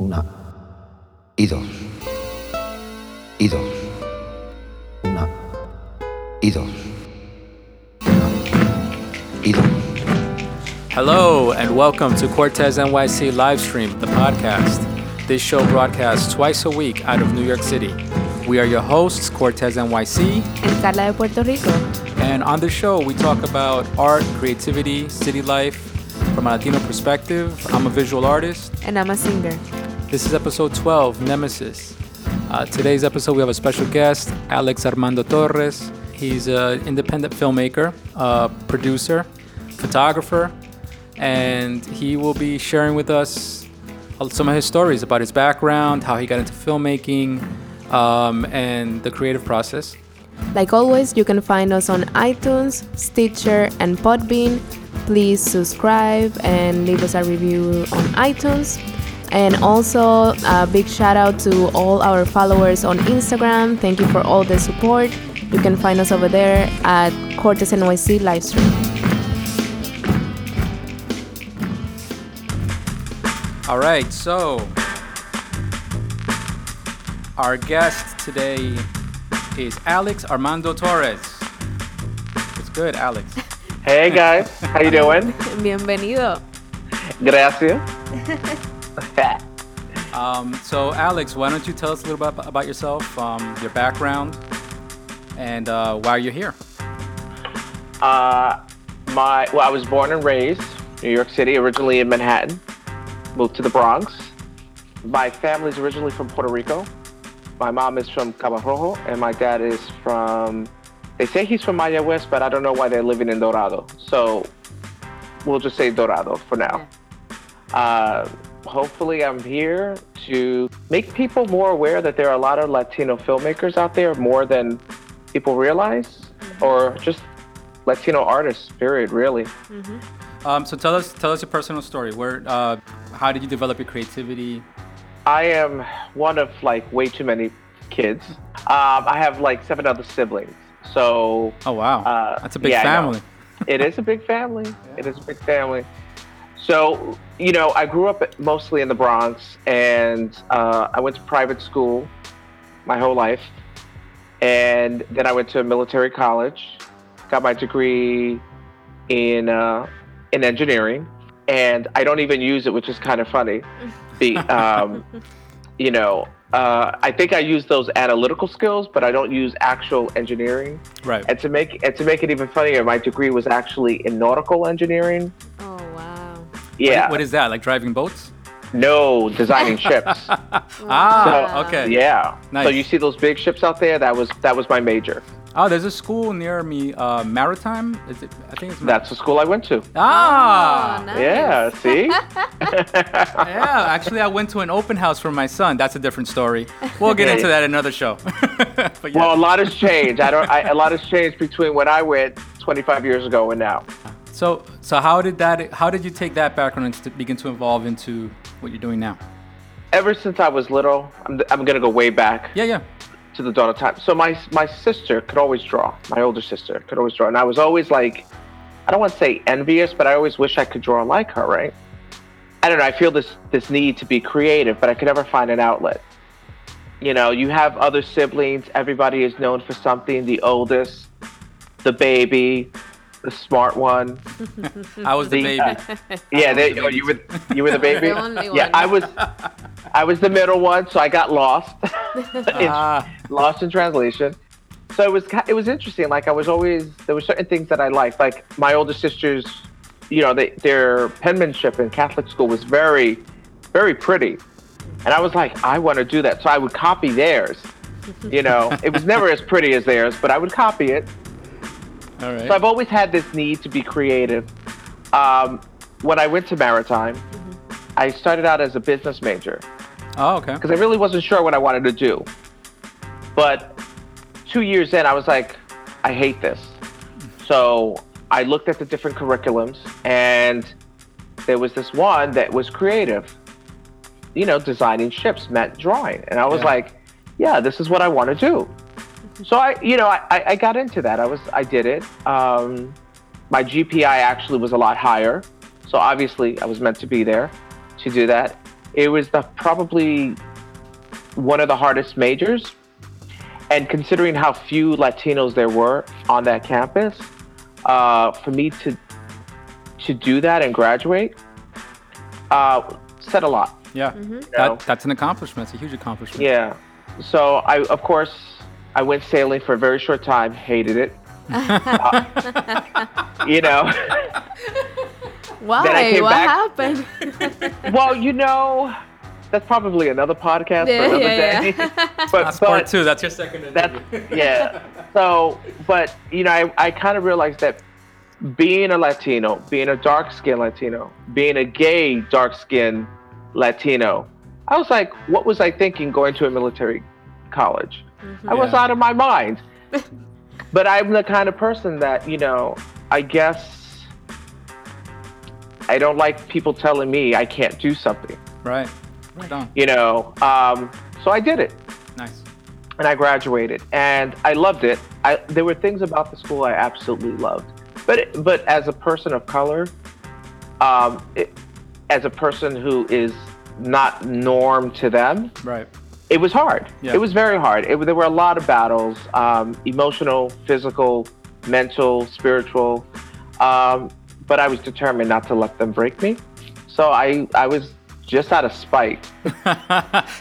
Una. Y dos. Y dos. Una. Y dos. Una. Y dos. Hello, and welcome to Cortez NYC Livestream, the podcast. This show broadcasts twice a week out of New York City. We are your hosts, Cortez NYC, en Carla de Puerto Rico. and on the show we talk about art, creativity, city life from a Latino perspective. I'm a visual artist. And I'm a singer. This is episode 12, Nemesis. Uh, today's episode, we have a special guest, Alex Armando Torres. He's an independent filmmaker, uh, producer, photographer, and he will be sharing with us uh, some of his stories about his background, how he got into filmmaking, um, and the creative process. Like always, you can find us on iTunes, Stitcher, and Podbean. Please subscribe and leave us a review on iTunes. And also, a big shout out to all our followers on Instagram. Thank you for all the support. You can find us over there at Cortes NYC Livestream. All right, so our guest today is Alex Armando Torres. It's good, Alex. Hey guys, how you doing? Bienvenido. Gracias. Um, so, Alex, why don't you tell us a little bit about yourself, um, your background, and uh, why you're here? Uh, my well, I was born and raised New York City, originally in Manhattan. Moved to the Bronx. My family's originally from Puerto Rico. My mom is from Cabo Rojo, and my dad is from. They say he's from Maya West, but I don't know why they're living in Dorado. So we'll just say Dorado for now. Uh, hopefully, I'm here to make people more aware that there are a lot of Latino filmmakers out there, more than people realize, or just Latino artists. Period. Really. Um, so, tell us, tell us your personal story. Where, uh, how did you develop your creativity? I am one of like way too many kids. Um, I have like seven other siblings. So Oh, wow, Uh, that's a big yeah, I know. family. it is a big family. It is a big family. So, you know, I grew up mostly in the Bronx and uh, I went to private school my whole life. And then I went to a military college, got my degree in, uh, in engineering. And I don't even use it, which is kind of funny. The, um, you know, uh, I think I use those analytical skills, but I don't use actual engineering. Right. And to make and to make it even funnier, my degree was actually in nautical engineering. Oh, wow. Yeah. What is that? Like driving boats? no, designing ships. Ah, okay. Yeah. Nice. So you see those big ships out there? That was that was my major. Oh, there's a school near me, uh, Maritime. Is it? I think it's. Mar- That's the school I went to. Oh, ah, Yeah. See. yeah. Actually, I went to an open house for my son. That's a different story. We'll get Yeah. into that in another show. but yeah. Well, um, a lot has changed. I don't. I, a lot has changed between when I went 25 years ago and now. so, so how did that? How did you take that background and to begin to evolve into what you're doing now? Ever since I was little, I'm, I'm gonna go way back. Yeah, yeah. to the dawn of time. So my my sister could always draw. My older sister could always draw, and I was always like, I don't want to say envious, but I always wish I could draw like her, right? I don't know. I feel this this need to be creative, but I could never find an outlet. You know, you have other siblings. Everybody is known for something. The oldest, the baby, the smart one. I was the The, baby. uh, Yeah, they, the oh, baby you were you were the baby. The only yeah, one. I was I was the middle one, so I got lost. in Ah, lost in translation. So it was ki- it was interesting. Like I was always there were certain things that I liked. Like my older sisters, you know, they, their penmanship in Catholic school was very, very pretty, and I was like, I want to do that. So I would copy theirs. You know, it was never as pretty as theirs, but I would copy it. all right. So I've always had this need to be creative. Um, when I went to maritime, I started out as a business major oh, okay. because I really wasn't sure what I wanted to do. But two years in, I was like, I hate this. So I looked at the different curriculums, and there was this one that was creative, you know, designing ships meant drawing. And I was Yeah. like, yeah, this is what I want to do. So I, you know, I, I I got into that. I was, I did it. Um, my GPI actually was a lot higher. So obviously I was meant to be there to do that. It was the, probably one of the hardest majors. And considering how few Latinos there were on that campus, uh, for me to to do that and graduate uh, said a lot. Yeah, No. that, that's an accomplishment. It's a huge accomplishment. Yeah. So I, of course, I went sailing for a very short time. Hated it. Uh, you know. I Why? came What back. happened? well, you know, that's probably another podcast Yeah, for another yeah, day. yeah. but That's but part two. That's your second that's interview. yeah. So, but you know, I, I kind of realized that being a Latino, being a dark skinned Latino, being a gay dark skinned Latino, I was like, what was I thinking going to a military college? I was Yeah. out of my mind. but I'm the kind of person that, you know, I guess I don't like people telling me I can't do something, Right. Right on. you know. Um, so I did it Nice. and I graduated, and I loved it. I, there were things about the school I absolutely loved, but it, but as a person of color, um, it, as a person who is not norm to them, Right. it was hard. Yeah. It was very hard. It, there were a lot of battles, um, emotional, physical, mental, spiritual, um, but I was determined not to let them break me. So I I was just out of spite,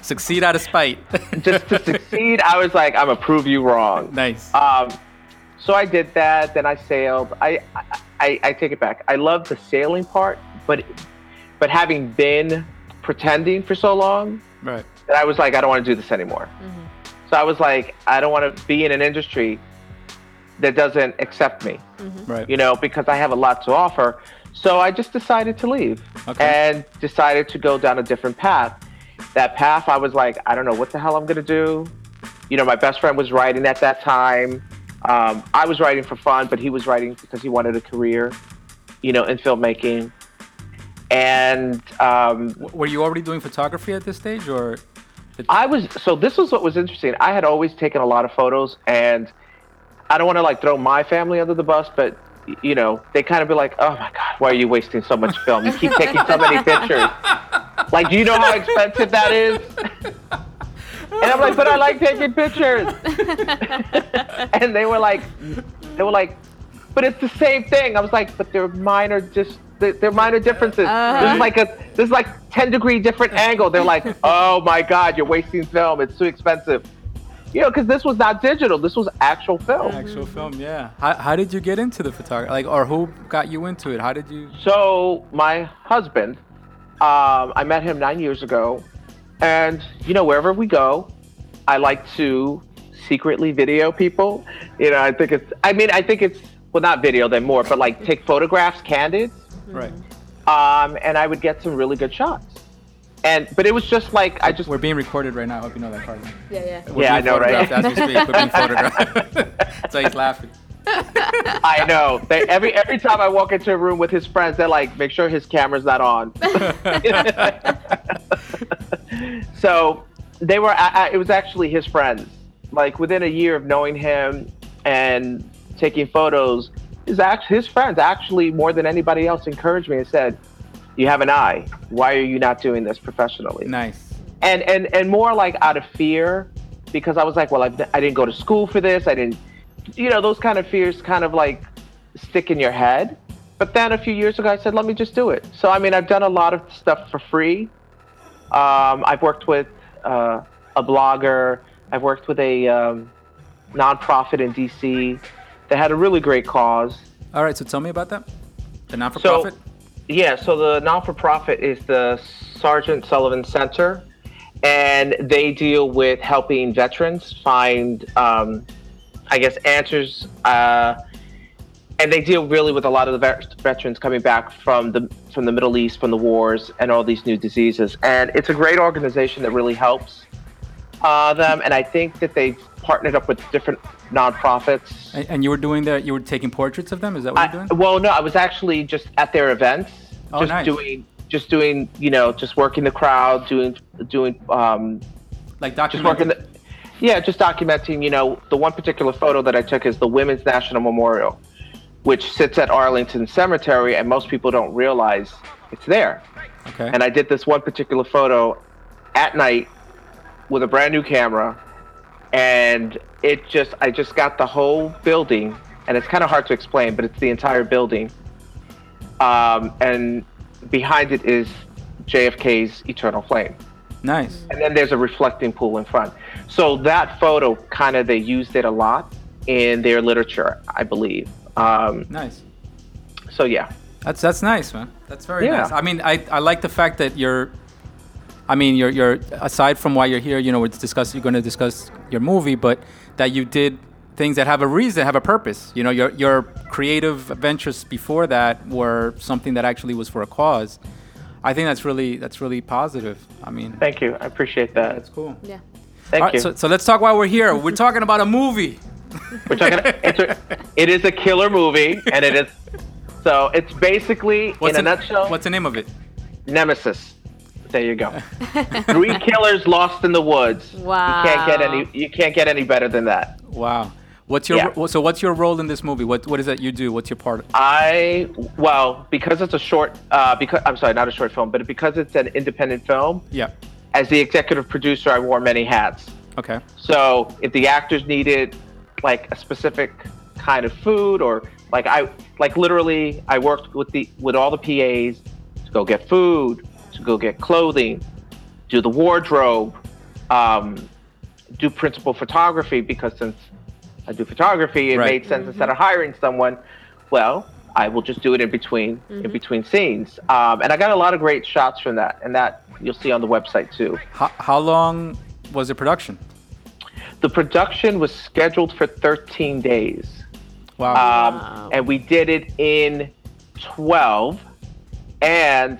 Succeed out of spite. just to succeed. I was like, I'm gonna prove you wrong. nice. Um, so I did that. Then I sailed. I, I- I I take it back. I love the sailing part, but but having been pretending for so long right. that I was like, I don't want to do this anymore. So I was like, I don't want to be in an industry that doesn't accept me, Right. you know, because I have a lot to offer. So I just decided to leave Okay. and decided to go down a different path. That path, I was like, I don't know what the hell I'm gonna do. You know, my best friend was writing at that time. Um, I was writing for fun, but he was writing because he wanted a career, you know, in filmmaking. And um, W- Were you already doing photography at this stage, or I was so this was what was interesting. I had always taken a lot of photos, and I don't want to like throw my family under the bus, but y- you know they kind of be like, "Oh my God, why are you wasting so much film? You keep taking so many pictures. Like, do you know how expensive that is?" And I'm like, "But I like taking pictures." and they were like, "They were like, but it's the same thing." I was like, "But they're minor, just." They're they're minor differences. This is like a this is like ten degree different angle. They're like, oh my god, you're wasting film. It's too expensive. You know, because this was not digital. This was actual film. actual film? Yeah. How, how did you get into the photography? Like, or who got you into it? How did you? So my husband, um, I met him nine years ago, and you know wherever we go, I like to secretly video people. You know, I think it's. I mean, I think it's well, not video then more, but like take photographs, candid, Right. um, and I would get some really good shots. And but it was just like I just We're being recorded right now. I hope you know that part. yeah, yeah. We're Yeah, I being know, right? photographed As we speak, we're being photographed. That's why he's laughing. I know. They, every every time I walk into a room with his friends, they're like, "Make sure his camera's not on." so they were. I, I, it was actually his friends. Like within a year of knowing him and taking photos, his act, his friends actually more than anybody else encouraged me and said, "You have an eye. Why are you not doing this professionally?" Nice. and and and more like out of fear because i was like well I've, i didn't go to school for this i didn't you know those kind of fears kind of like stick in your head but then a few years ago i said let me just do it so i mean i've done a lot of stuff for free um, i've worked with uh, a blogger i've worked with a um, nonprofit in dc that had a really great cause All right. So tell me about that. The not-for-profit. yeah, so the non for profit is the Sergeant Sullivan Center, and they deal with helping veterans find, um, I guess, answers. Uh, and they deal really with a lot of the vet- veterans coming back from the from the Middle East, from the wars, and all these new diseases. And it's a great organization that really helps uh, them. And I think that they've partnered up with different nonprofits. and, and you were doing that. You were taking portraits of them. Is that what you're I- doing? Well, no, I was actually just at their events, Oh, just nice. doing, just doing, you know, just working the crowd, doing, doing, um, Like just working documenting. the, yeah, just documenting. You know, the one particular photo that I took is the Women's National Memorial, which sits at Arlington Cemetery, and most people don't realize it's there. Okay. and I did this one particular photo at night with a brand new camera, and it just I just got the whole building, and it's kind of hard to explain, but it's the entire building, um, and behind it is JFK's eternal flame, nice. and then there's a reflecting pool in front. So that photo kind of they used it a lot in their literature, I believe. Um, Nice. so yeah, That's that's nice, man. That's very Yeah. nice. I mean, I, I like the fact that you're. I mean, you're you're aside from why you're here. You know, we're discuss. You're going to discuss your movie, but that you did things that have a reason, have a purpose. You know, your your creative ventures before that were something that actually was for a cause. I think that's really that's really positive. I mean, thank you, I appreciate that. that's cool. Yeah. Thank All right, you. so, so let's talk while we're here. We're talking about a movie. We're talking. It's a, it is a killer movie, and it is. So it's basically, in a the- nutshell, What's the name of it? Nemesis. There you go. Three killers lost in the woods. Wow. You can't get any. You can't get any better than that. Wow. What's your Yeah. ro- so? What's your role in this movie? What what is that you do? What's your part? I well because it's a short. Uh, because I'm sorry, not a short film, but because it's an independent film. Yeah. As the executive producer, I wore many hats. Okay. So if the actors needed like a specific kind of food or like I like literally I worked with the with all the PAs to go get food, to go get clothing, do the wardrobe, um, do principal photography because since I do photography, it Right. made sense instead of hiring someone, well, I will just do it in between in between scenes. Um, and I got a lot of great shots from that and that you'll see on the website too. How, how long was the production? The production was scheduled for 13 days, Wow. um, Wow. and we did it in 12, and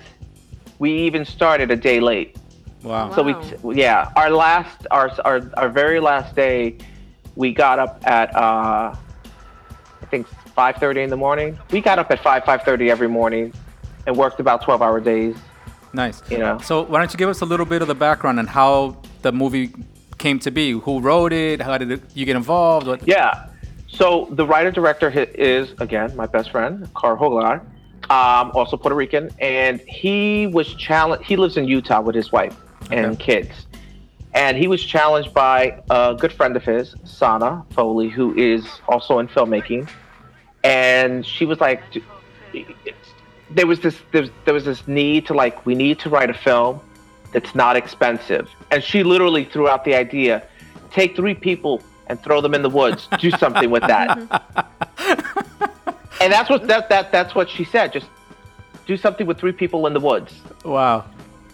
we even started a day late. wow. So we, Wow. yeah, our last, our our our very last day, we got up at uh, I think 5:30 in the morning. We got up at 5 5:30 every morning, and worked about 12-hour days. nice. you know. So why don't you give us a little bit of the background on how the movie came to be? Who wrote it? How did it, you get involved? What, Yeah. So the writer director is again my best friend, Carl Hogar, um, also Puerto Rican, and he was challenged. He lives in Utah with his wife and kids, and he was challenged by a good friend of his, Sana Foley, who is also in filmmaking, and she was like, "D- it's- there was this there was, there was this need to like we need to write a film that's not expensive. And she literally threw out the idea take three people and throw them in the woods. Do something with that. and that's what that, that that's what she said. Just do something with three people in the woods. Wow.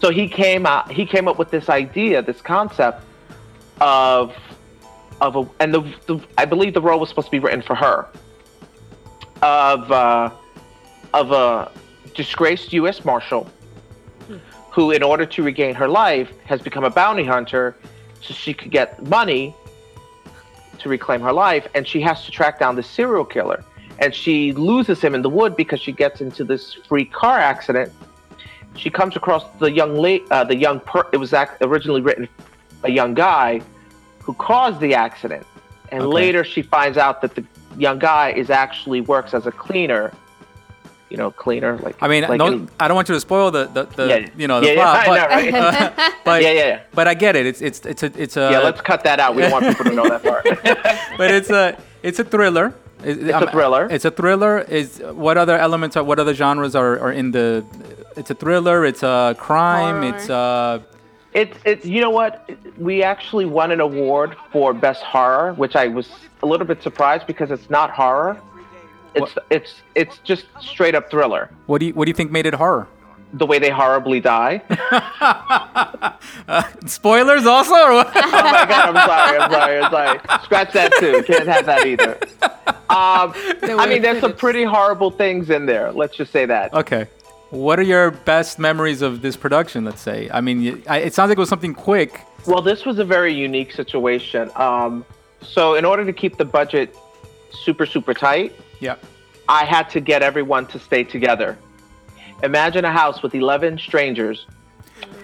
So he came out he came up with this idea, this concept of of a and the, the I believe the role was supposed to be written for her. Of uh, of a disgraced US Marshal who, in order to regain her life, has become a bounty hunter so she could get money to reclaim her life. And she has to track down the serial killer. And she loses him in the wood because she gets into this free car accident. She comes across the young late, uh, the young per- it was ac- originally written a young guy who caused the accident. And Okay. later she finds out that the young guy is actually works as a cleaner, you know, cleaner like I mean, like no, in- I don't want you to spoil the, the, the Yeah. you know the Yeah, yeah, plot, I but, know, right? uh, but Yeah, yeah, yeah. but I get it. It's it's it's a it's a yeah, let's cut that out. We don't want people to know that part. but it's a it's a thriller. It's a thriller. It's a thriller. Is what other elements are what other genres are, are in the? It's a thriller. It's a crime. Horror. It's a it's it's you know what? We actually won an award for best horror, which I was a little bit surprised because it's not horror. It's it's it's just straight up thriller. what do you what do you think made it horror? The way they horribly die. Oh Spoilers also. Or what? oh my god! I'm sorry. I'm sorry. I'm sorry. Scratch that too. Can't have that either. Um, I mean, there's some pretty horrible things in there. Let's just say that. okay. What are your best memories of this production? Let's say. I mean, y I it sounds like it was something quick. Well, this was a very unique situation. Um, so, in order to keep the budget super, super tight, Yeah. I had to get everyone to stay together. Imagine a house with 11 strangers.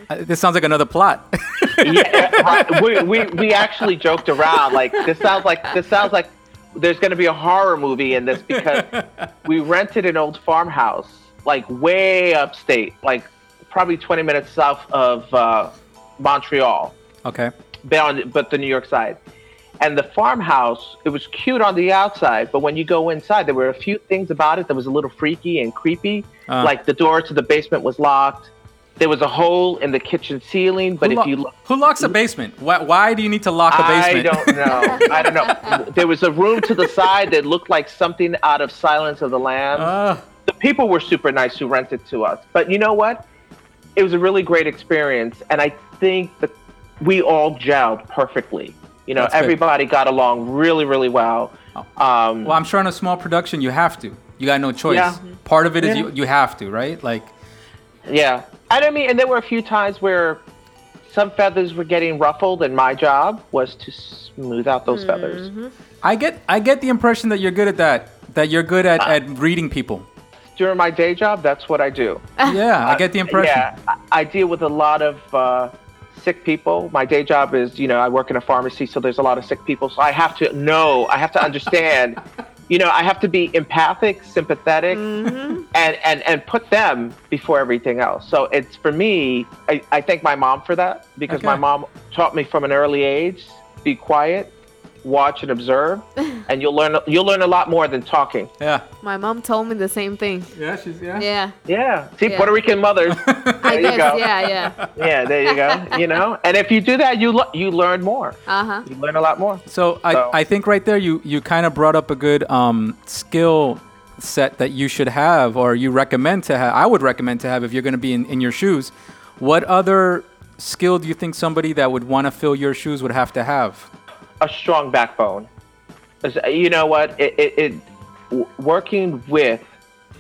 Uh, This sounds like another plot. Yeah, right. we, we, we actually joked around like this sounds like this sounds like there's going to be a horror movie in this because we rented an old farmhouse like way upstate, like probably 20 minutes south of uh, Montreal, Okay. beyond but the New York side. And the farmhouse, it was cute on the outside, but when you go inside, there were a few things about it that was a little freaky and creepy. Uh. like the door to the basement was locked. There was a hole in the kitchen ceiling, but who, if lo- you look, who locks a basement? Why, why do you need to lock a I basement? don't know. I don't know. There was a room to the side that looked like something out of Silence of the Lambs Ah, the people were super nice who rented to us. But you know what? It was a really great experience, and I think that we all gelled perfectly. You know, That's good. Oh. everybody got along really, really well. Um, well, I'm sure on a small production, you have to. You got no choice. Yeah. Part of it is Yeah. you, you have to, right? Like, yeah, and I mean, and there were a few times where some feathers were getting ruffled, and my job was to smooth out those feathers. I get, I get the impression that you're good at that. That you're good at, Uh. at reading people. During my day job, that's what I do. Yeah, I get the impression. Yeah, I- I deal with a lot of uh, sick people. My day job is, you know, I work in a pharmacy, so there's a lot of sick people. So I have to know, I have to understand. you know, I have to be empathic, sympathetic, Mm-hmm. and, and and put them before everything else. So it's for me. I, I thank my mom for that because my Okay. mom taught me from an early age: be quiet, watch, and observe, and you'll learn you'll learn a lot more than talking. Yeah. My mom told me the same thing. Yeah, she's Yeah, Yeah. See, Yeah. Puerto Rican mothers. I you guess. go. Yeah, yeah. yeah, there you go. You know, and if you do that, you lo- you learn more. Uh huh. You learn a lot more. So I, So- I think right there you, you kind of brought up a good um, skill set that you should have or you recommend to have. I would recommend to have if you're going to be in, in your shoes. What other skill do you think somebody that would want to fill your shoes would have to have? A strong backbone. 'Cause, uh, You know what? It, it, it w- working with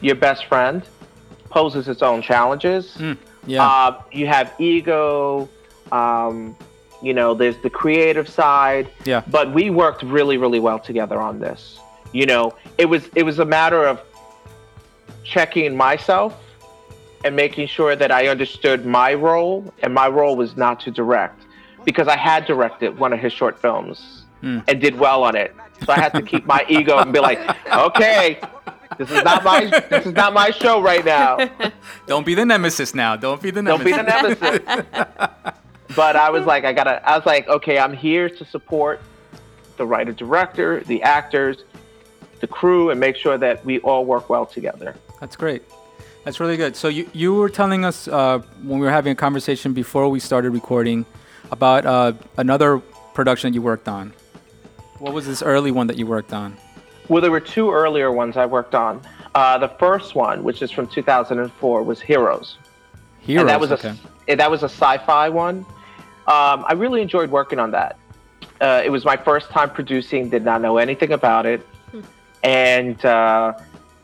your best friend poses its own challenges. Yeah. Uh, you have ego. Um, you know, there's the creative side. Yeah. But we worked really, really well together on this. You know, it was it was a matter of checking myself and making sure that I understood my role, and my role was not to direct because I had directed one of his short films and did well on it. So I had to keep my ego and be like, okay, this is not my this is not my show right now. Don't be the nemesis now. Don't be the Don't nemesis. be the nemesis. but I was like, I gotta. I was like, okay, I'm here to support the writer, director, the actors, the crew, and make sure that we all work well together. That's great. That's really good. So you, you were telling us uh, when we were having a conversation before we started recording about uh, another production you worked on. What was this early one that you worked on? Well, there were two earlier ones I worked on. Uh, the first one, which is from 2004, was Heroes. Heroes. and that was okay. a that was a sci-fi one. Um, I really enjoyed working on that. Uh, it was my first time producing; did not know anything about it, and uh,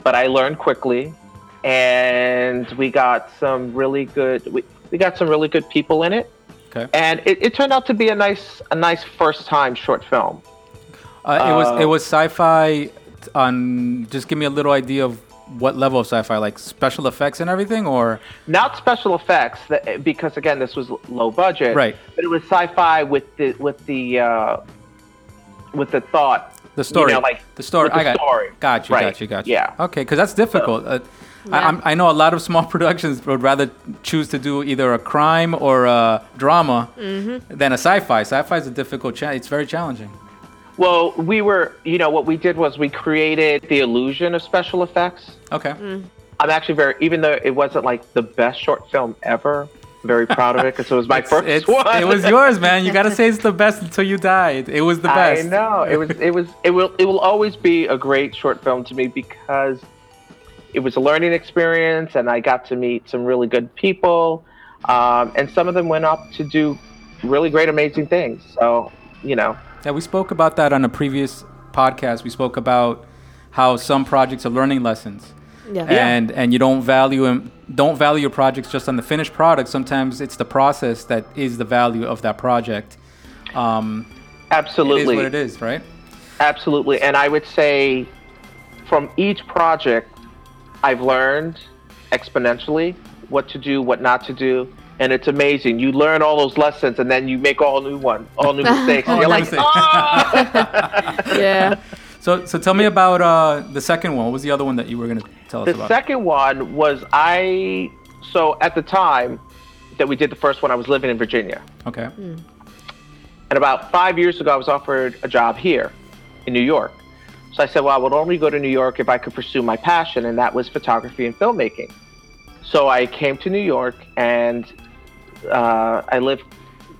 but I learned quickly, and we got some really good we, we got some really good people in it, okay. and it, it turned out to be a nice a nice first time short film. Uh, it was it was sci-fi. On just give me a little idea of what level of sci-fi, like special effects and everything, or not special effects that, because again this was low budget Right. but it was sci-fi with the with the uh, with the thought the story. you know, like the story. with the I got. story. Got you. right. Got you. Got you. yeah Okay, because that's difficult. uh, I, I'm, I know a lot of small productions would rather choose to do either a crime or a drama than a sci-fi. Sci-fi is a difficult. Cha- it's very challenging. well we were you know what we did was we created the illusion of special effects Okay. i'm actually very even though it wasn't like the best short film ever I'm very proud of it because it was my first It's, one it was yours, man. You gotta say it's the best until you die. It, it was the best. I know it was. It was. It will. It will always be a great short film to me because it was a learning experience, and I got to meet some really good people, um, and some of them went up to do really great, amazing things. So you know, Yeah, we spoke about that on a previous podcast. We spoke about how some projects are learning lessons, Yeah. and and you don't value and don't value your projects just on the finished product. Sometimes it's the process that is the value of that project. Um, it is absolutely, what it is, right? absolutely. And I would say from each project, I've learned exponentially what to do, what not to do. And it's amazing. You learn all those lessons, and then you make all new one, all new mistakes. and All you're new like, mistakes. "Ah!" Yeah. So so tell me about uh, the second one. What was the other one that you were gonna tell us The about? second one was I. so at the time that we did the first one, I was living in Virginia. Okay. Hmm. And about five years ago, I was offered a job here in New York. So I said, well, I would only go to New York if I could pursue my passion, and that was photography and filmmaking. So I came to New York, and uh, I lived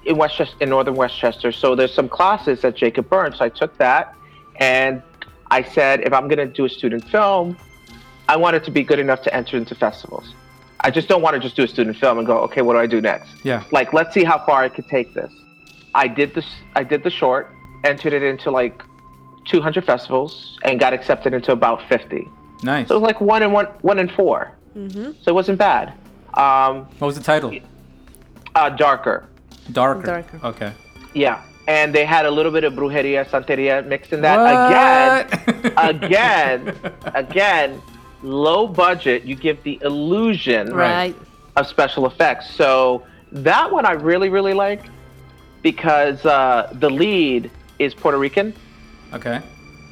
in Westchester, in northern Westchester. So there's some classes at Jacob Burns. So I took that, and I said, if I'm going to do a student film, I want it to be good enough to enter into festivals. I just don't want to just do a student film and go, okay, what do I do next? Yeah. like let's see how far I could take this. I did this. I did the short, entered it into like 200 festivals, and got accepted into about 50. Nice. So it was like one and one, one and 4 Mm-hmm. So it wasn't bad. Um, What was the title? uh, darker, Darker. Darker. Okay. yeah. And they had a little bit of brujeria, santeria mixed in that again. What? Again, again, low budget. You give the illusion Right. Right. of special effects. So that one I really, really like because uh, the lead is Puerto Rican. okay.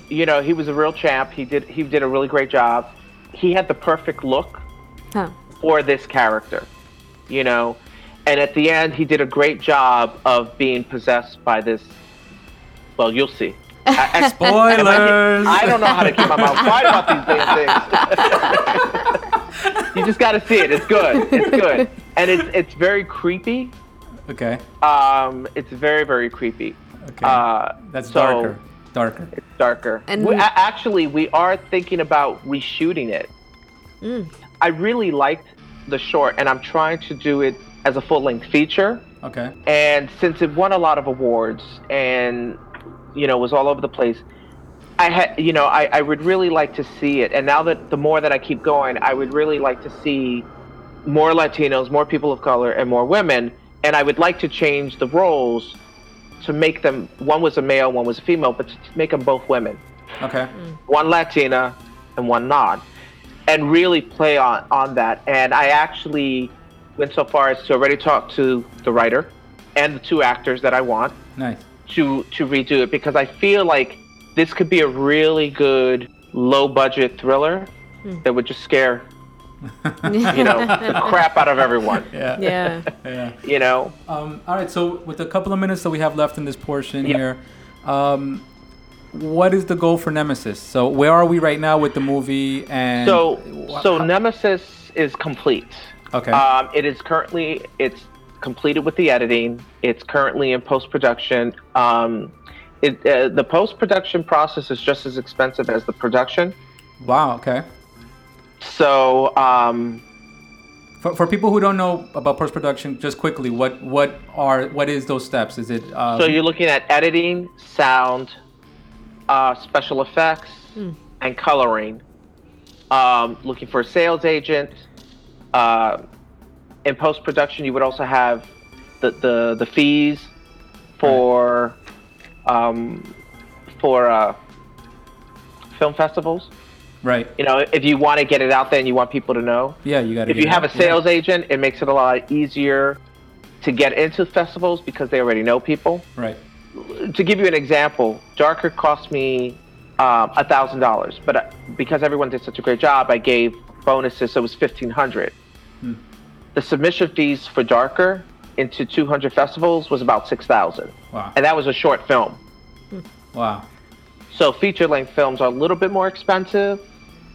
You know, he was a real champ. He did he did a really great job. He had the perfect look Huh. for this character. You know, and at the end, he did a great job of being possessed by this. Well, you'll see. I- I- am I- Spoilers. I don't know how to keep my mouth quiet about these damn things. you just got to see it. It's good. It's good, and it's it's very creepy. Okay. Um, it's very very creepy. Okay. Uh, That's so- darker. Darker. darker. And- we, a- actually, we are thinking about reshooting it. I really liked the short, and I'm trying to do it as a full length feature. Okay. And since it won a lot of awards and you know was all over the place, I had you know I, I would really like to see it. And now that the more that I keep going, I would really like to see more Latinos, more people of color, and more women. And I would like to change the roles to make them one was a male, one was a female, but to make them both women Okay. one Latina and one non, and really play on, on that. And I actually went so far as to already talk to the writer and the two actors that I want Nice. to to redo it because I feel like this could be a really good low budget thriller that would just scare you know the crap out of everyone. Yeah. Yeah. Yeah. You know, Um, all right. So with a couple of minutes that we have left in this portion here, um, what is the goal for Nemesis? So where are we right now with the movie? And so wha- so Nemesis is complete. okay. Um, it is currently it's completed with the editing. It's currently in post production. Um, it uh, the post production process is just as expensive as the production. wow. Okay. So um, For, for people who don't know about post production, just quickly, what what are what is those steps? Is it uh, so you're looking at editing, sound, uh, special effects, and coloring. Um, looking for a sales agent. Uh, in post production, you would also have the the, the fees for um, for uh, film festivals. right? You know, if you want to get it out there and you want people to know, Yeah, you got to. if you have a sales agent, it makes it a lot easier to get into festivals because they already know people right? to give you an example, Darker cost me um, a thousand dollars, but uh, because everyone did such a great job, I gave bonuses, so it was fifteen hundred. The submission fees for Darker into two hundred festivals was about six thousand, Wow. and that was a short film. Wow. So feature length films are a little bit more expensive.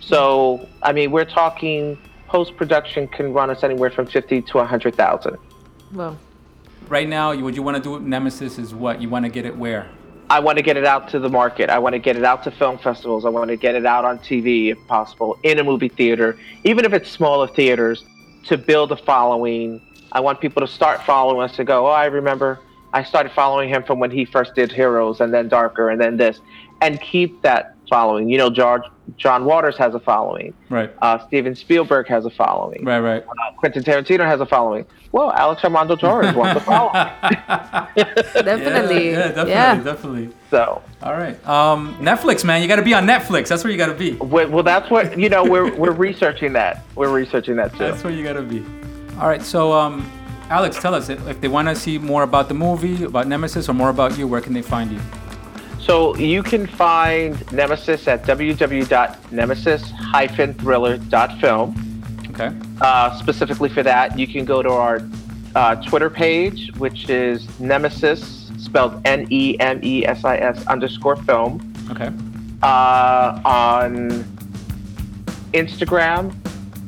So I mean, we're talking post production can run us anywhere from fifty to a hundred thousand. Well. Right now, you, what you want to do with Nemesis is what you want to get it where? I want to get it out to the market. I want to get it out to film festivals. I want to get it out on TV if possible, in a movie theater, even if it's smaller theaters, to build a following. I want people to start following us to go, oh, I remember I started following him from when he first did Heroes and then Darker and then this, and keep that following. You know, George, John Waters has a following. Right. Uh, Steven Spielberg has a following. right. Right. Uh, Quentin Tarantino has a following. Well, Alex Armando Torres wants a following. Definitely. Yeah, yeah, definitely. Yeah. Definitely. So. All right. Um, Netflix, man, you got to be on Netflix. That's where you got to be. Well, well, that's what you know. We're we're researching that. We're researching that too. That's where you got to be. All right. So, um, Alex, tell us if, if they want to see more about the movie, about Nemesis, or more about you, where can they find you? So you can find Nemesis at www.nemesis-thriller.film. Okay. Uh, specifically for that, you can go to our uh, Twitter page, which is Nemesis, spelled N E M E S I S underscore film. Okay. Uh, on Instagram,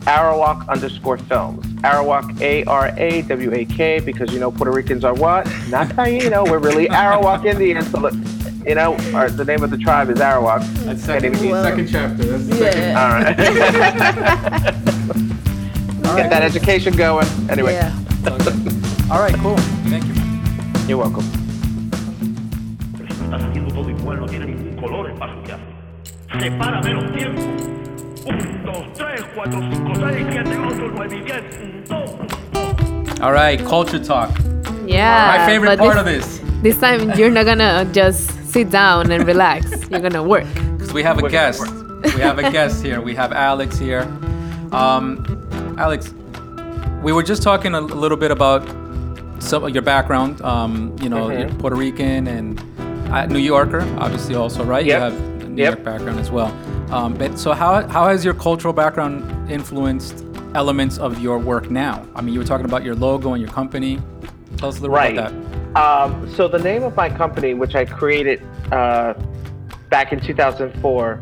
Arawak underscore films. Arawak, A R A W A K, because you know Puerto Ricans are what? Not Taino, we're really Arawak Indians. So look, you know, our, the name of the tribe is Arawak. That's second, Anyway. second chapter. That's the second. All Yeah. right. Get that education going. Anyway, Yeah. All right. Cool. Thank you. you're welcome. estás haciendo todo igual, no tiene ningún color el paso que hace. Separa menos tiempo. 1, 2, 3, 4, 5, 6, 7, 8, 9, 10, 2, 1. All right. Culture talk. Yeah. My favorite Uh, but part this, of this This time you're not gonna just sit down and relax. You're gonna work. because we have a guest. We have a guest here. We have Alex here. Um, Alex, we were just talking a little bit about some of your background. Um, you know, Mm-hmm. you're Puerto Rican and uh, New Yorker, obviously also, right? Yep. You have a New Yep. York background as well. Um, but so how how has your cultural background influenced elements of your work now? I mean, you were talking about your logo and your company. Tell us a little Right. bit about that. Um, so the name of my company, which I created uh, back in 2004,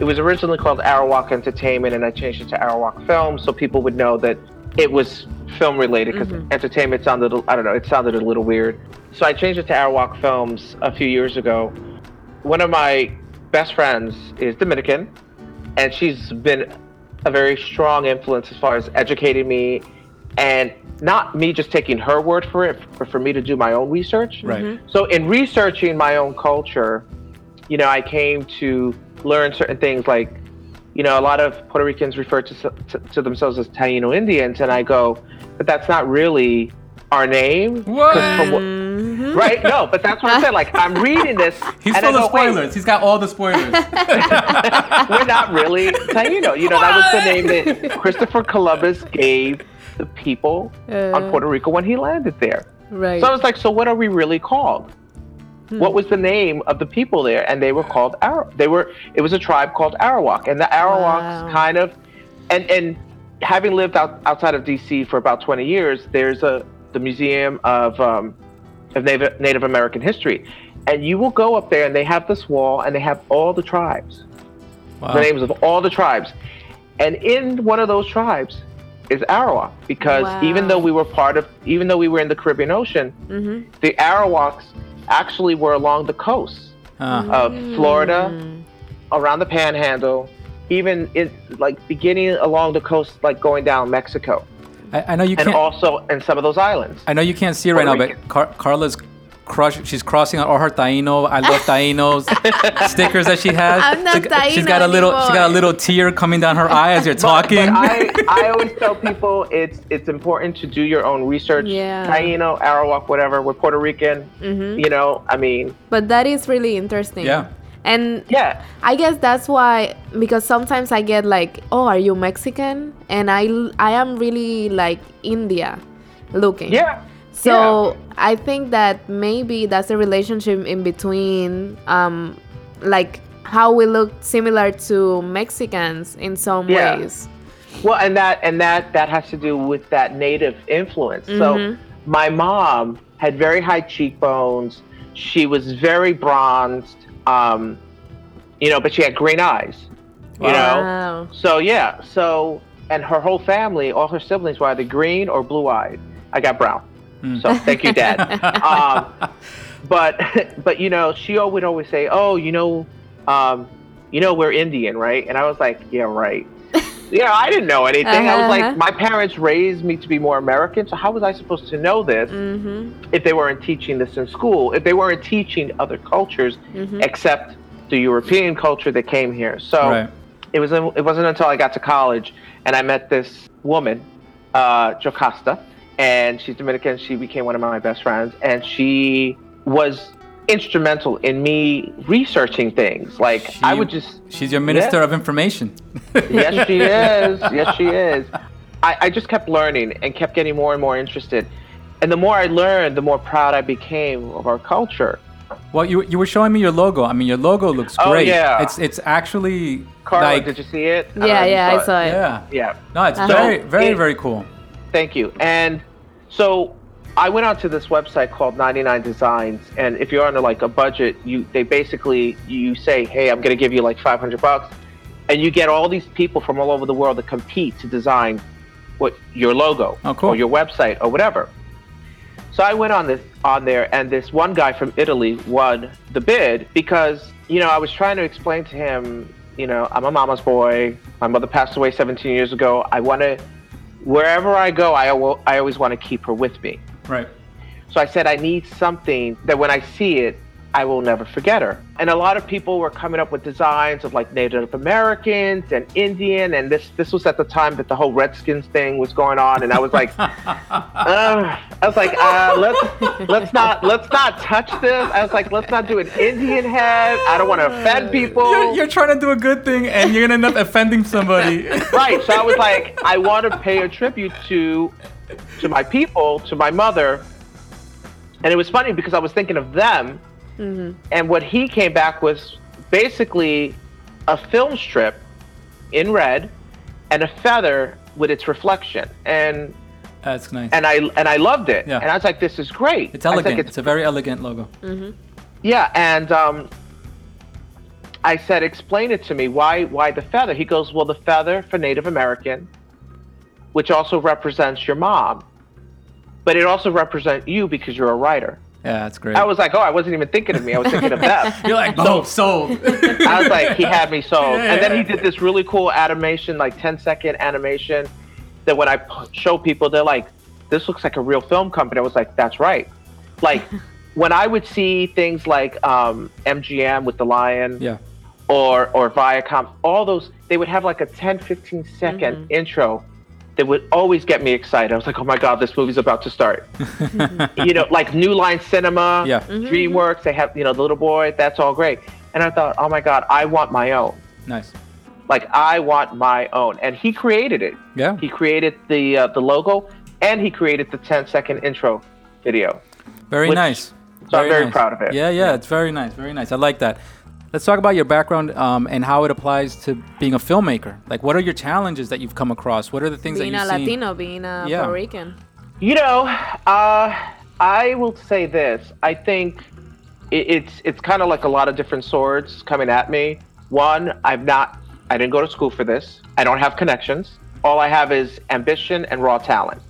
it was originally called Arawak Entertainment, and I changed it to Arawak Film, so people would know that it was film related because entertainment sounded, I don't know, it sounded a little weird. So I changed it to Arawak Films a few years ago. One of my best friends is Dominican, and she's been a very strong influence as far as educating me and not me just taking her word for it but for me to do my own research Right. so in researching my own culture you know i came to learn certain things like you know a lot of puerto ricans refer to, to, to themselves as taino indians and i go but that's not really our name 'Cause from what- right no but that's what i said like i'm reading this He's and I full of go, "Wait, spoilers. He's got all the spoilers. we're not really Taino. You know, that was the name that Christopher Columbus gave the people on Puerto Rico when he landed there. Uh. Right. Hmm. So I was like, so what are we really called? What was the name of the people there? And they were called Ar- they were it was a tribe called Arawak. And the Arawaks Wow. kind of and and having lived out, outside of DC for about 20 years, there's a the Museum of um, of Native, Native American History. And you will go up there and they have this wall and they have all the tribes Wow. the names of all the tribes. And in one of those tribes is Arawak because Wow. even though we were part of, even though we were in the Caribbean Ocean, the Arawaks actually were along the coast Uh, of Florida, around the Panhandle, even in, like beginning along the coast, like going down Mexico, I, I know you and can't. also in some of those islands. I know you can't see it right now, Puerto but Rican. Car- Carla's crush. She's crossing out all her Taino. I love Tainos stickers that she has. I'm not She got- She's Taino got a little. She got a anymore. little tear coming down her eye as you're talking. I, I always tell people it's it's important to do your own research. Yeah. Taino, Arawak, whatever. We're Puerto Rican. You know, I mean, But that is really interesting. Yeah. And yeah. I guess that's why because sometimes I get like, "Oh, are you Mexican?" and I I am really like India looking. Yeah. So I think that maybe that's a relationship in between, um, like how we look similar to Mexicans in some Yeah. ways. Well, and that and that that has to do with that native influence. So Mm-hmm. my mom had very high cheekbones. She was very bronzed. Um, you know, but she had green eyes. You know. Wow. So yeah. So and her whole family, all her siblings were either green or blue eyed. I got brown. So thank you, Dad. um, but but you know, she al- would always say, "Oh, you know, um, you know, we're Indian, right?" And I was like, "Yeah, right." you know, I didn't know anything. I was Uh-huh. like, my parents raised me to be more American, so how was I supposed to know this Mm. Mm-hmm. if they weren't teaching this in school? If they weren't teaching other cultures except the European culture that came here, so Right. it was it wasn't until I got to college and I met this woman, uh, Jocasta, and she's Dominican. She became one of my best friends, and she was instrumental in me researching things. Like I She- would just She's your minister Yeah. of information. yes, she is. Yes, she is. I, I just kept learning and kept getting more and more interested. And the more I learned, the more proud I became of our culture. Well, you, you were showing me your logo. I mean, your logo looks Oh, great. yeah. It's it's actually Carla, like did you see it? I don't know Yeah, if you yeah, I saw it. yeah. Yeah. No, it's Uh-huh. very very it- very cool. Thank you. And so I went onto this website called 99 Designs, and if you're under like a budget, you they basically you say, hey, I'm going to give you like 500 bucks, and you get all these people from all over the world to compete to design what your logo Oh, cool. or your website or whatever. So I went on this on there, and this one guy from Italy won the bid because you know I was trying to explain to him, you know, I'm a mama's boy. My mother passed away 17 years ago. I want to wherever I go, I, al- I always want to keep her with me. Right. So I said, I need something that when I see it, I will never forget her. And a lot of people were coming up with designs of like Native Americans and Indian. And this, this was at the time that the whole Redskins thing was going on. And I was like, uh, I was like, uh, let's let's not let's not touch this. I was like, let's not do an Indian head. I don't want to offend people. You're, you're trying to do a good thing and you're gonna end up offending somebody. right. So I was like, I want to pay a tribute to to my people, to my mother. And it was funny because I was thinking of them, and what he came back was basically a film strip in red and a feather with its reflection, and That's nice. and I and I loved it, Yeah. and I was like, this is great. it's I was like, elegant. it's, Mm. a very elegant logo. yeah, and um, I said, "Explain it to me. Why? Why the feather?" He goes, "Well, the feather for Native American, which also represents your mom, but it also represents you because you're a writer." Yeah, that's great. I was like, "Oh, I wasn't even thinking of me. I was thinking of them." You're like, oh, sold. I was like, "He had me sold." And then he did this really cool animation, like 10-second animation, that when I p- show people, they're like, "This looks like a real film company." I was like, "That's right." Like. When I would see things like um, MGM with the lion, yeah. or or Viacom, all those they would have like a 10 15 second intro that would always get me excited. I was like, "Oh my god, this movie's about to start." you know, like New Line Cinema, Yeah. DreamWorks, they have, you know, The Little Boy, that's all great. And I thought, "Oh my god, I want my own. Nice. Like I want my own." And he created it. Yeah. He created the uh, the logo and he created the 10 second intro video. Very which- nice. so I'm very nice. proud of it. Yeah, yeah, it's very nice, very nice. I like that. Let's talk about your background um, and how it applies to being a filmmaker. Like, what are your challenges that you've come across? What are the things Being that a you've seen? Latino, being a Yeah. Puerto Rican. You know, uh, I will say this. I think it, it's it's kind of like a lot of different swords coming at me. One, I'm not. I didn't go to school for this. I don't have connections. All I have is ambition and raw talent.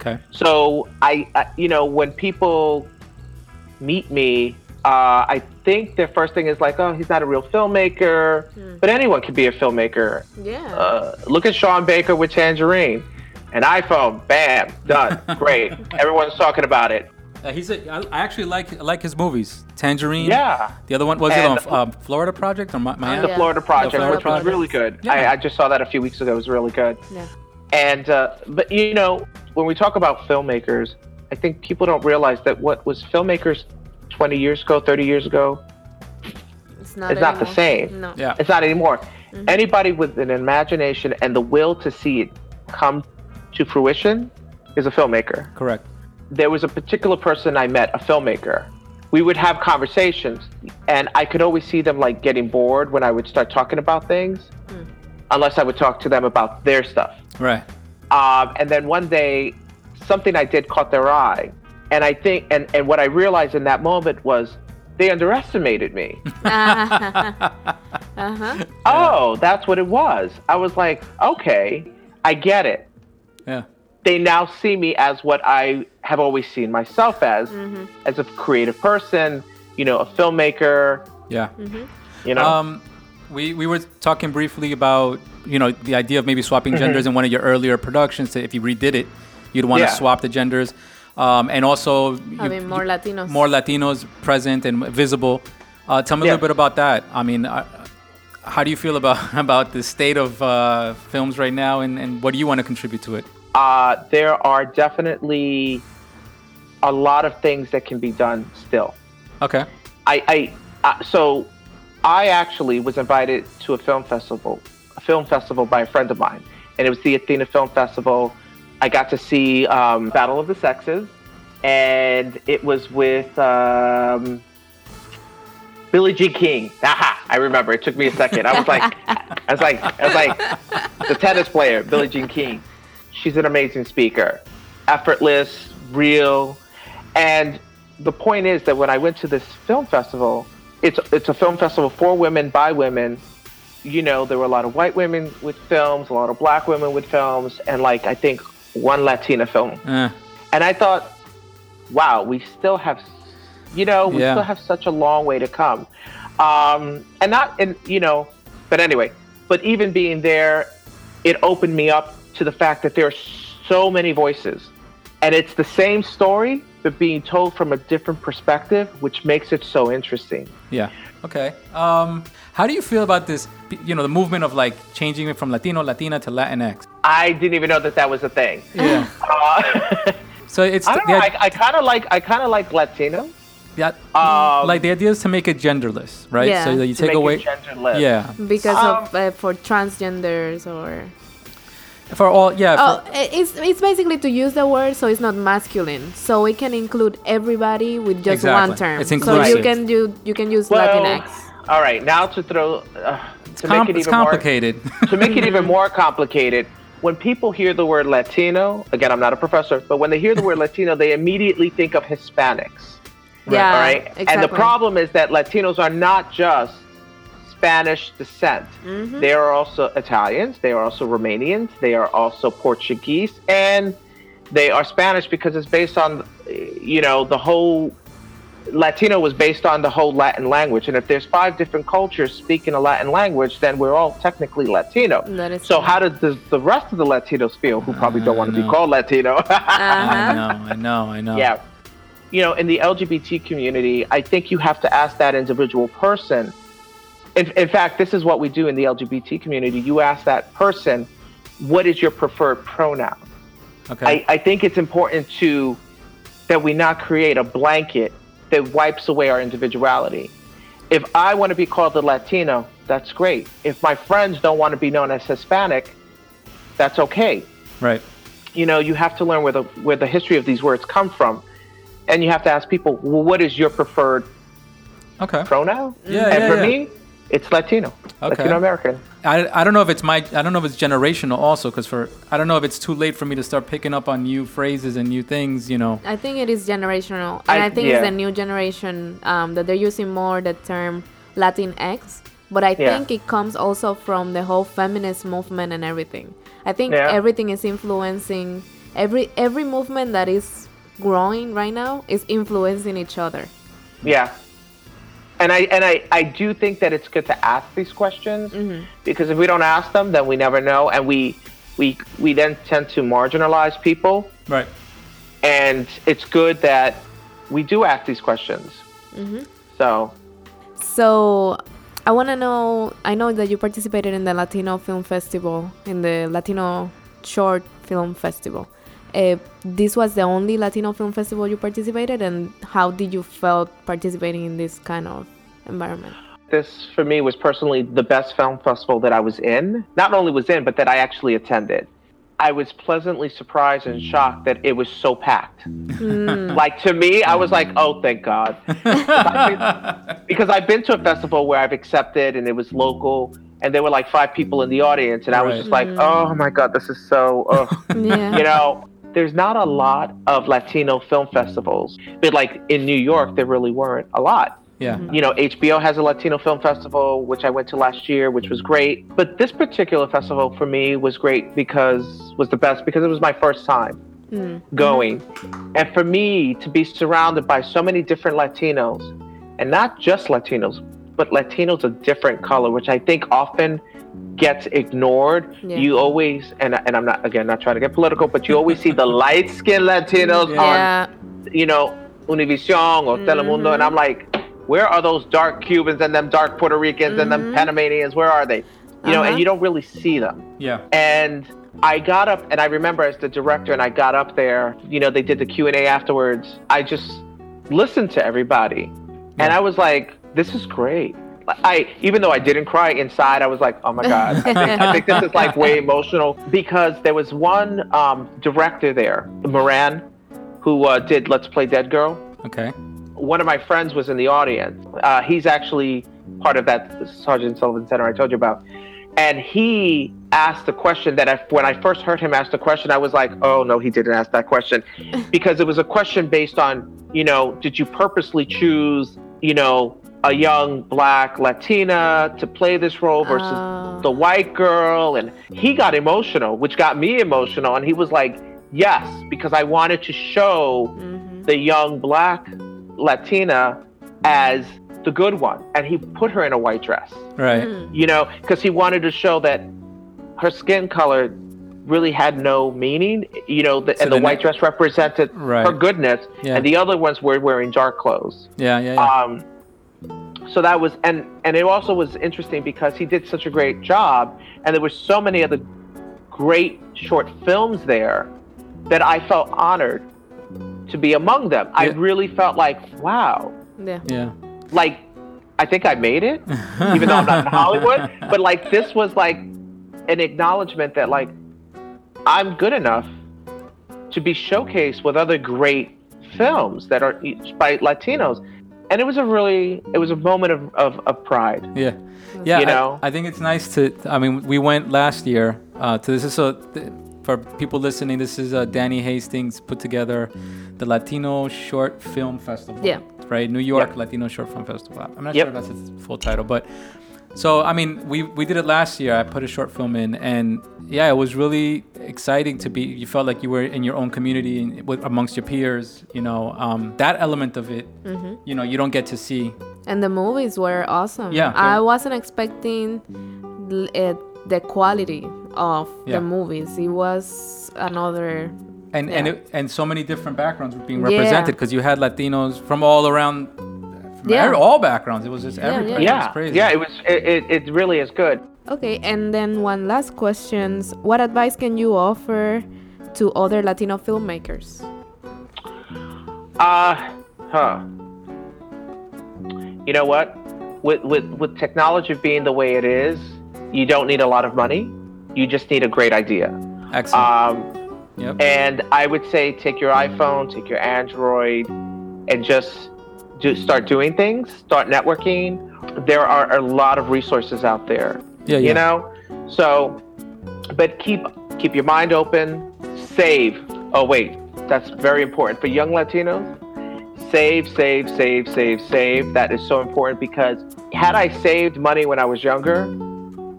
Okay. So I, I you know, when people meet me, uh, I think their first thing is like, "Oh, he's not a real filmmaker," but anyone can be a filmmaker. Yeah. Uh, look at Sean Baker with Tangerine. An iPhone, bam, done, great. Everyone's talking about it. Uh, he's a, I, I actually like I like his movies. Tangerine. Yeah. The other one was And- it on um, Florida Project or Mi- Miami? The Yeah. Florida Project, The Florida which was Project. really good. Yeah. I, I just saw that a few weeks ago. It was really good. yeah. And, uh, but you know, when we talk about filmmakers, I think people don't realize that what was filmmakers 20 years ago, 30 years ago, It's not, It's not the anymore. same. No. Yeah. it's not anymore. Anybody with an imagination and the will to see it come to fruition is a filmmaker. Correct. there was a particular person I met, a filmmaker. We would have conversations, and I could always see them like getting bored when I would start talking about things, unless I would talk to them about their stuff. Right. Um, and then one day, something I did caught their eye, and I think, and and what I realized in that moment was they underestimated me. Uh-huh. Oh, that's what it was. I was like, okay, I get it. Yeah. they now see me as what I have always seen myself as, as a creative person, you know, a filmmaker, Yeah. Mm-hmm. you know. Um, we, we were talking briefly about you know the idea of maybe swapping genders in one of your earlier productions. That if you redid it, you'd want to Yeah. swap the genders, um, and also you- Having more you- Latinos. more Latinos present and visible. Uh, tell me a Yeah. little bit about that. I mean, uh, how do you feel about about the state of uh, films right now, and, and what do you want to contribute to it? uh, there are definitely a lot of things that can be done still. Okay. I, I uh, so I actually was invited to a film festival, a film festival by a friend of mine, and it was the Athena Film Festival. I got to see um, Battle of the Sexes, and it was with um, Billie G. King. Aha! I remember. It took me a second. I was like, I was like, I was like, the tennis player, Billie Jean King. She's an amazing speaker, effortless, real, and the point is that when I went to this film festival, it's it's a film festival for women by women. You know, there were a lot of white women with films, a lot of black women with films, and like I think one Latina film. Eh, And I thought, wow, we still have, you know, we Yeah. still have such a long way to come. Um, and not, and you know, but anyway, but even being there, it opened me up to the fact that there are so many voices, and it's the same story but being told from a different perspective, which makes it so interesting. yeah. Okay. Um, how do you feel about this? You know, the movement of like changing it from Latino, Latina to Latinx. I didn't even know that that was a thing. Yeah. Uh, So it's I don't the know. id- I, I kind of like I kind of like Latino. that- Um, Mm-hmm. like the idea is to make it genderless, right? Yeah. So that you To to take make away. it genderless. Yeah. because of Um, uh, for transgenders or For all, yeah. oh, For, i- it's it's basically to use the word so it's not masculine, so we can include everybody with just Exactly. one term. It's So inclusive. you can do you can use Well, Latinx. All right, now to throw uh, to com- make it it's even complicated. more to make it even more complicated. When people hear the word Latino, again, I'm not a professor, but when they hear the word Latino, they immediately think of Hispanics. Yeah. all right, Exactly. and the problem is that Latinos are not just Spanish descent. Mm-hmm. They are also Italians. They are also Romanians. They are also Portuguese, and they are Spanish because it's based on, uh, you know, the whole Latino was based on the whole Latin language. And if there's five different cultures speaking a Latin language, then we're all technically Latino. That is so true. how does the, the rest of the Latinos feel who probably don't want to be no. called Latino? Uh-huh. I know, I know, I know. yeah. You know, in the LGBT community, I think you have to ask that individual person. In, in fact, this is what we do in the LGBT community. You ask that person, what is your preferred pronoun? Okay. I, I think it's important to that we not create a blanket that wipes away our individuality. If I want to be called a Latino, that's great. If my friends don't want to be known as Hispanic, that's okay right. you know you have to learn where the where the history of these words come from and you have to ask people well, what is your preferred Okay. pronoun Yeah, and yeah, for yeah. me it's latino Okay. latino american I, I don't know if it's my I don't know if it's generational also because for I don't know if it's too late for me to start picking up on new phrases and new things. You know. I think it is generational, and I- I, think yeah. it's the new generation um, that they're using more the term Latinx. But I Yeah. think it comes also from the whole feminist movement and everything. I think Yeah. everything is influencing every every movement that is growing right now is influencing each other. yeah and i and i i do think that it's good to ask these questions Mm-hmm. because if we don't ask them then we never know and we we we then tend to marginalize people Right. and it's good that we do ask these questions Mm-hmm. so So I want to know. I know that you participated in the Latino Film Festival, in the Latino Short Film Festival. Uh, this was the only Latino film festival you participated, and how did you felt participating in this kind of environment? this for me was personally the best film festival that I was in. Not only was in, but that I actually attended. I was pleasantly surprised and shocked that it was so packed. Like to me, I was like, "Oh, thank God," because I've been to a festival where I've accepted and it was local, and there were like five people in the audience, and I was Right. just like, "Oh my God, this is so." Ugh Yeah, you know there's not a lot of latino film festivals but like in new york there really weren't a lot Yeah. you know hbo has a latino film festival which i went to last year which Mm. was great but this particular festival for me was great because was the best because it was my first time Mm. going and for me to be surrounded by so many different latinos and not just latinos but latinos of different color which i think often gets ignored. Yeah. You always and and I'm not again not trying to get political, but you always see the light skinned Latinos yeah, on you know Univision or Telemundo, and I'm like, where are those dark Cubans and them dark Puerto Ricans and them Panamanians? Where are they? You know, Uh-huh. and you don't really see them. Yeah. And I got up, and I remember as the director, and I got up there. You know, they did the Q and A afterwards. I just listened to everybody, and I was like, "This is great." I even though I didn't cry inside, I was like, "Oh my god!" I think, I think this is like way emotional because there was one um, director there, Moran, who uh, did "Let's Play Dead Girl." Okay. one of my friends was in the audience. Uh, he's actually part of that Sergeant Sullivan Center I told you about. And he asked the question that I, when I first heard him ask the question, I was like, oh no, he didn't ask that question. because it was a question based on, you know, did you purposely choose, you know, a young black Latina to play this role versus Oh. the white girl? And he got emotional, which got me emotional. And he was like, yes, because I wanted to show Mhm. the young black Latina as the good one, and he put her in a white dress, Right. you know, because he wanted to show that her skin color really had no meaning, you know, the, and the the, ne- white dress represented Right. her goodness, Yeah. and the other ones were wearing dark clothes. Yeah, yeah, yeah. Um, so that was, and and it also was interesting because he did such a great job, and there were so many other great short films there that I felt honored to be among them. I Yeah. really felt like, wow, Yeah. yeah. like I think I made it, even though I'm not in Hollywood. But like this was like an acknowledgement that like I'm good enough to be showcased with other great films that are each by Latinos. And it was a really, it was a moment of, of, of pride. Yeah, yeah. You I- know? I, think it's nice to. I mean, we went last year. Uh, to this is a for people listening. This is uh, Danny Hastings put together the Latino Short Film Festival. Yeah. Right, New York Yep. Latino Short Film Festival. I'm not Yep. sure if that's its full title, but so I mean, we we did it last year. I put a short film in, and yeah, it was really exciting to be. You felt like you were in your own community and with, amongst your peers. You know, um, that element of it. You know, you don't get to see And the movies were awesome. Yeah, they I were- wasn't expecting l- it, the quality of Yeah. the movies. It was another. and and Yeah. it, and so many different backgrounds were being Yeah. represented because you had Latinos from all around, from Yeah. every- all backgrounds. It was just everybody. yeah. It was Yeah, crazy. yeah, it was, it, it, it really is good. Okay, and then one last question: What advice can you offer to other Latino filmmakers? Uh, huh. You know what? With, with, with technology being the way it is, you don't need a lot of money. You just need a great idea. Excellent. Um, yep. and I would say take your iPhone, take your Android, and just do, start doing things, start networking. There are a lot of resources out there yeah, yeah. you know so but keep keep your mind open save oh wait that's very important for young latinos save save save save save that is so important because had i saved money when i was younger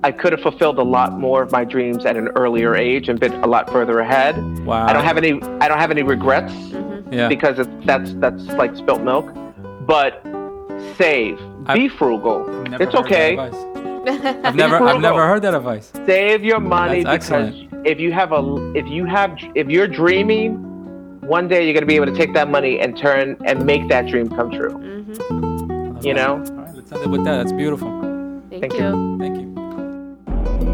i could have fulfilled a lot more of my dreams at an earlier age and been a lot further ahead wow. i don't have any i don't have any regrets Yeah. because it's, that's that's like spilt milk but save I've be frugal I've never it's heard that okay advice. I've never. I've frugal. never heard that advice. save your money That's because if you have a if you have if you're dreaming one day you're going to be able to take that money and turn and make that dream come true Mm-hmm. You know? All right. Let's end it with that. That's beautiful. Thank, Thank you. you. Thank you.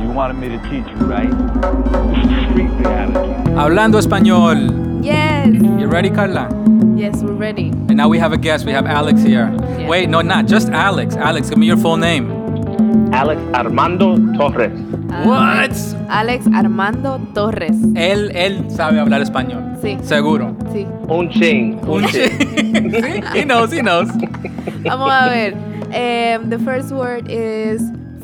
You wanted me to teach you, right? This is street reality. Hablando español. Yes, You ready, Carla? yes, we're ready. And now we have a guest. We have Alex here. Yeah. Wait, no, not just Alex. Alex, give me your full name. alex armando torres what? Um, Alex Armando Torres. Él, él sabe hablar español. Sí. Seguro. Sí. un ching un ching Sí, he knows, he knows. Vamos a ver. Um, the first word is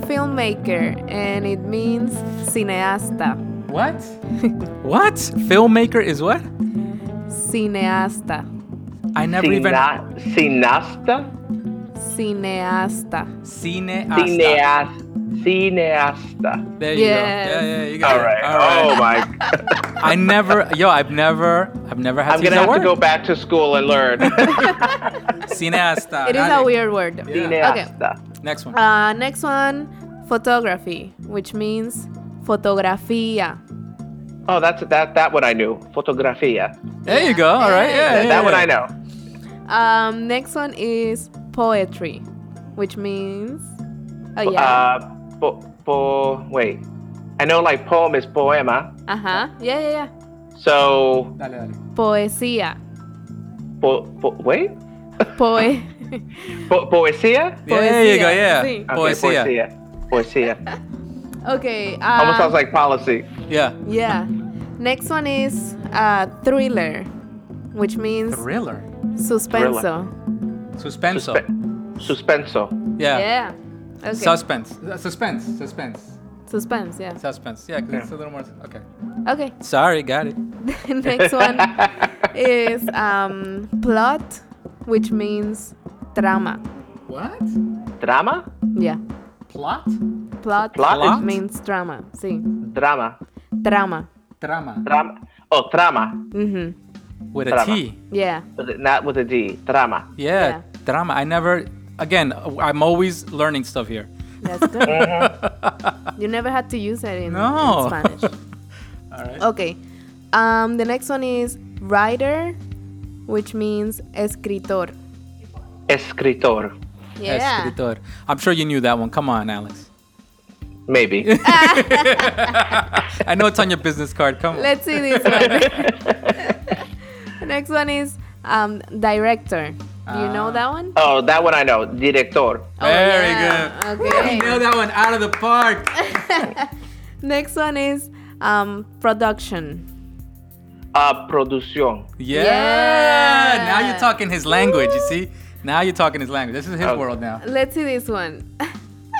filmmaker, and it means cineasta. What? what? Filmmaker is what? Cineasta. I never even. Cina- cinasta Cineasta. Cine. cineasta cineasta There you Yes. go. Yeah, yeah, you got all it. right, oh my god I never. Yo, I've never. I've never had i'm to use that going to have to go word. back to school and learn Cineasta. It is Got a weird word. cineasta Next one. Uh, next one, photography, which means fotografía. oh that's that that one i knew fotografia there you go. All right. Yeah. that, yeah, that one yeah. i know Um, next one is poetry, which means. Oh, yeah. uh po, po wait i know like poem is poema Uh huh. Yeah, yeah, yeah. so Dale, dale. Poesía. po, po, wait Poe. po, poesía Yeah, there you go. Poesía, Yeah. sí. Okay, Poesía. poesía poesía okay. Um, almost sounds like policy Yeah. Yeah. Next one is uh, thriller, which means Thriller. Suspenso. Suspenso. Suspe- Suspenso. yeah. Yeah. Okay. Suspense. Uh, Suspense. Suspense. Suspense, yeah. Suspense. Yeah, 'cause it's a little more. Okay. Okay. Sorry, got it. Next one is um, plot, which means drama. What? Drama? Yeah. Plot? Plot, Plot is- Plot? means drama. Sí. Drama. Drama. Drama. Drama. Oh, drama. Mm-hmm. With a T. Drama. Yeah. But not with a D. Drama. Yeah, Yeah. Drama. I never. Again, I'm always learning stuff here. That's good. you never had to use it in, Uh-huh. No. in Spanish. Alright. Okay. Um, the next one is writer, which means escritor. Escritor. Yeah. Escritor. I'm sure you knew that one. Come on, Alex. Maybe. I know it's on your business card. Come on. Let's see this one. next one is um, director. Do you know that one? Oh, oh, that one I know. Director. Ah. Very yeah. good. Okay. You nailed that one out of the park. Next one is um, production. Uh, producción. Yeah. Yeah. Now you're talking his language, you see? Now you're talking his language. This is his Okay. world now. Let's see this one.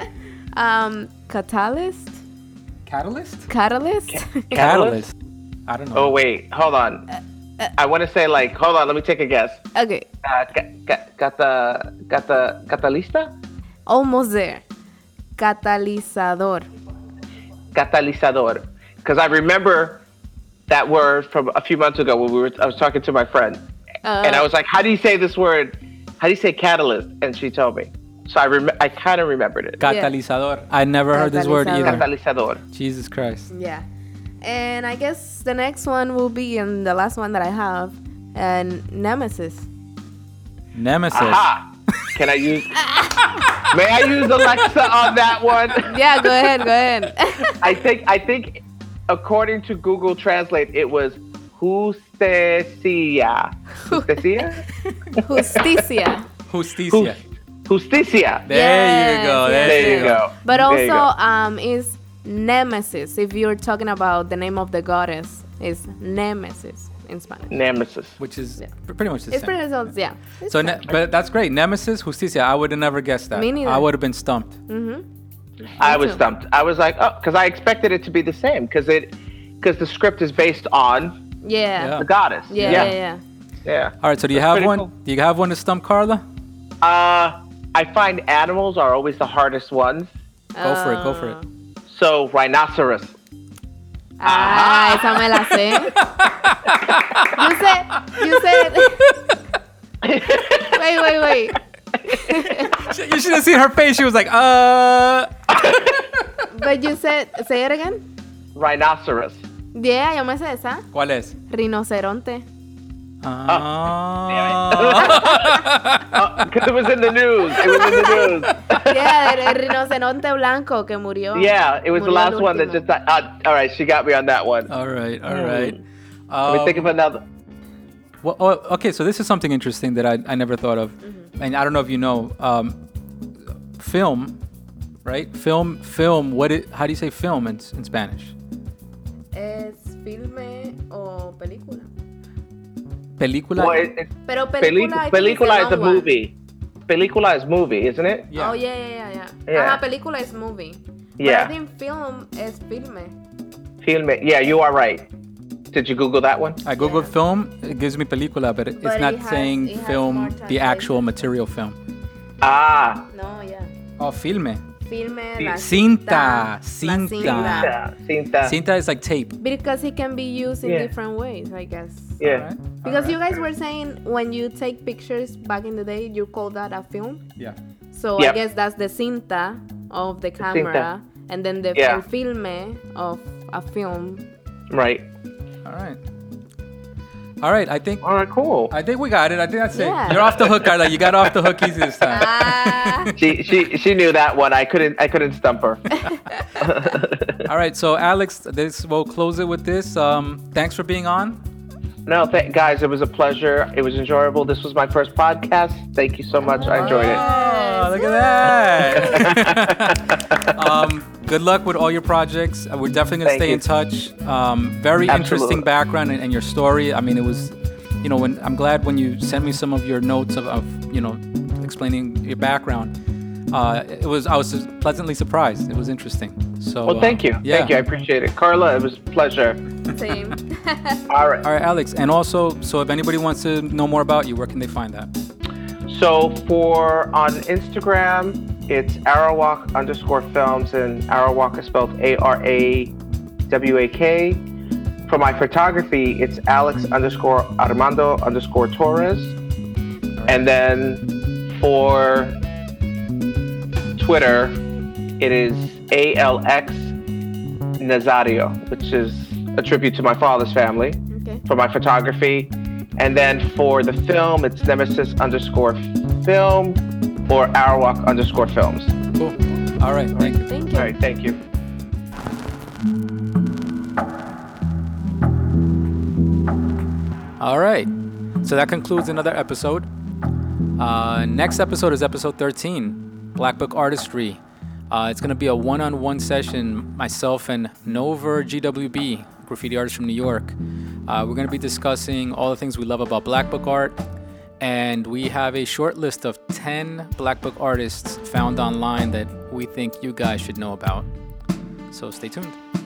um, catalyst? Catalyst? Catalyst? Catalyst? I don't know. Oh, wait. Hold on. I want to say, like, hold on. Let me take a guess. okay, Uh, ca- ca- cata- cata- catalista? almost there. Catalizador. Catalizador. Because I remember that word from a few months ago when we were, I was talking to my friend. and I was like, how do you say this word? How do you say catalyst? And she told me. So I, rem- I kind of remembered it. Catalizador. I never heard this word Catalizador. either. Catalizador. Jesus Christ. Yeah. And I guess the next one will be, and the last one that I have, and Nemesis. Nemesis. Aha! Can I use? May I use Alexa on that one? Yeah, go ahead, go ahead. I think I think, according to Google Translate, it was justicia. Justicia. Justicia. Justicia. Justicia. There Yes, you go. There, There you go. But There also, you um, is Nemesis. If you're talking about the name of the goddess, is Nemesis in Spanish. go. Nemesis. Which is pr- pretty much the It's same. pretty sounds, yeah. It's so, ne- but that's great. Nemesis, Justicia. I would have never guessed that. Me neither. I would have been stumped. I was too. stumped. I was like, oh, because I expected it to be the same, because it, because the script is based on yeah. the goddess. Yeah, yeah, Yeah. yeah. yeah. All right. So, do you That's have pretty one? cool. Do you have one to stump Carla? Uh, I find animals are always the hardest ones. Go for it. Go for it. Uh. So rhinoceros. Ah, esa me la sé. you said, you said. wait, wait, wait. You should have seen her face. She was like, uh. But you said, say it again. Rhinoceros. Yeah, yo me sé esa. ¿Cuál es? Rinoceronte. Ah. Because Uh, it was in the news. It was in the Yeah, el, el rinoceronte blanco que murió. news. Yeah, it was Murió the el last one that último. just. Uh, all right, she got me on that one. Uh, all right. All Hmm. right. Let me think Oh. of another. Well, oh, okay, so this is something interesting that I, I never thought of, Mm-hmm. and I don't know if you know, um, film, right? Film, film. What? It, how do you say film in, in Spanish? ¿Es filme o película? Película. Well, it, it's Pero película, pelic- I think película is it's a the long movie. Película is movie, isn't it? one. yeah. Oh, yeah, yeah, yeah, yeah. Yeah. Ajá, película es movie. Yeah. But I think film es filme. Film it. Yeah, you are right. Did you Google that one? I googled film. It gives me película, but it, But it's not it has- saying it has more film, the translation. actual material film. Ah, No, yeah. Oh, filme. Filme, la Cinta, La cinta. cinta. yeah, cinta. Cinta is like tape. Because it can be used in Yeah. different ways, I guess. Yeah. right? Because you guys were saying when you take pictures back in the day, you call that a film. Yeah. So I Yep. guess that's the cinta of the camera, and then the Yeah. el filme of a film. Right. All right. All right. I think. All right, cool. I think we got it. I think that's Yeah. it. You're off the hook, Carla. You got off the hook easy this time. Ah, She she she knew that one. I couldn't I couldn't stump her. All right, so Alex, this we'll close it with this. Um, thanks for being on. No, th- guys, it was a pleasure. It was enjoyable. This was my first podcast. Thank you so much. I enjoyed it. Oh, look at that. um, good luck with all your projects. Uh, We're definitely gonna Thank stay you. in touch. Um, very Absolutely. interesting background and, and your story. I mean, it was you know, when I'm glad when you sent me some of your notes of, of you know, explaining your background. Uh, it was I was pleasantly surprised. It was interesting. So Well, uh, thank you. yeah. Thank you. I appreciate it. Carla, it was a pleasure. Same. All right. All right, Alex. And also, so if anybody wants to know more about you, where can they find that? So for on Instagram, it's Arawak underscore films, and Arawak is spelled A R A W A K. For my photography, it's Alex underscore Armando underscore Torres. And then for Twitter, it is ALX Nazario, which is a tribute to my father's family Okay. for my photography. And then for the film, it's Nemesis underscore film or Arawak underscore films. Cool. All right. Thank you. Thank you. All right, thank you. All right. So that concludes another episode. Uh, next episode is episode 13, Black Book Artistry. Uh, it's going to be a one on one session, myself and Nover GWB, graffiti artist from New York. Uh, we're going to be discussing all the things we love about Black Book art. And we have a short list of 10 Black Book artists found online that we think you guys should know about. So stay tuned.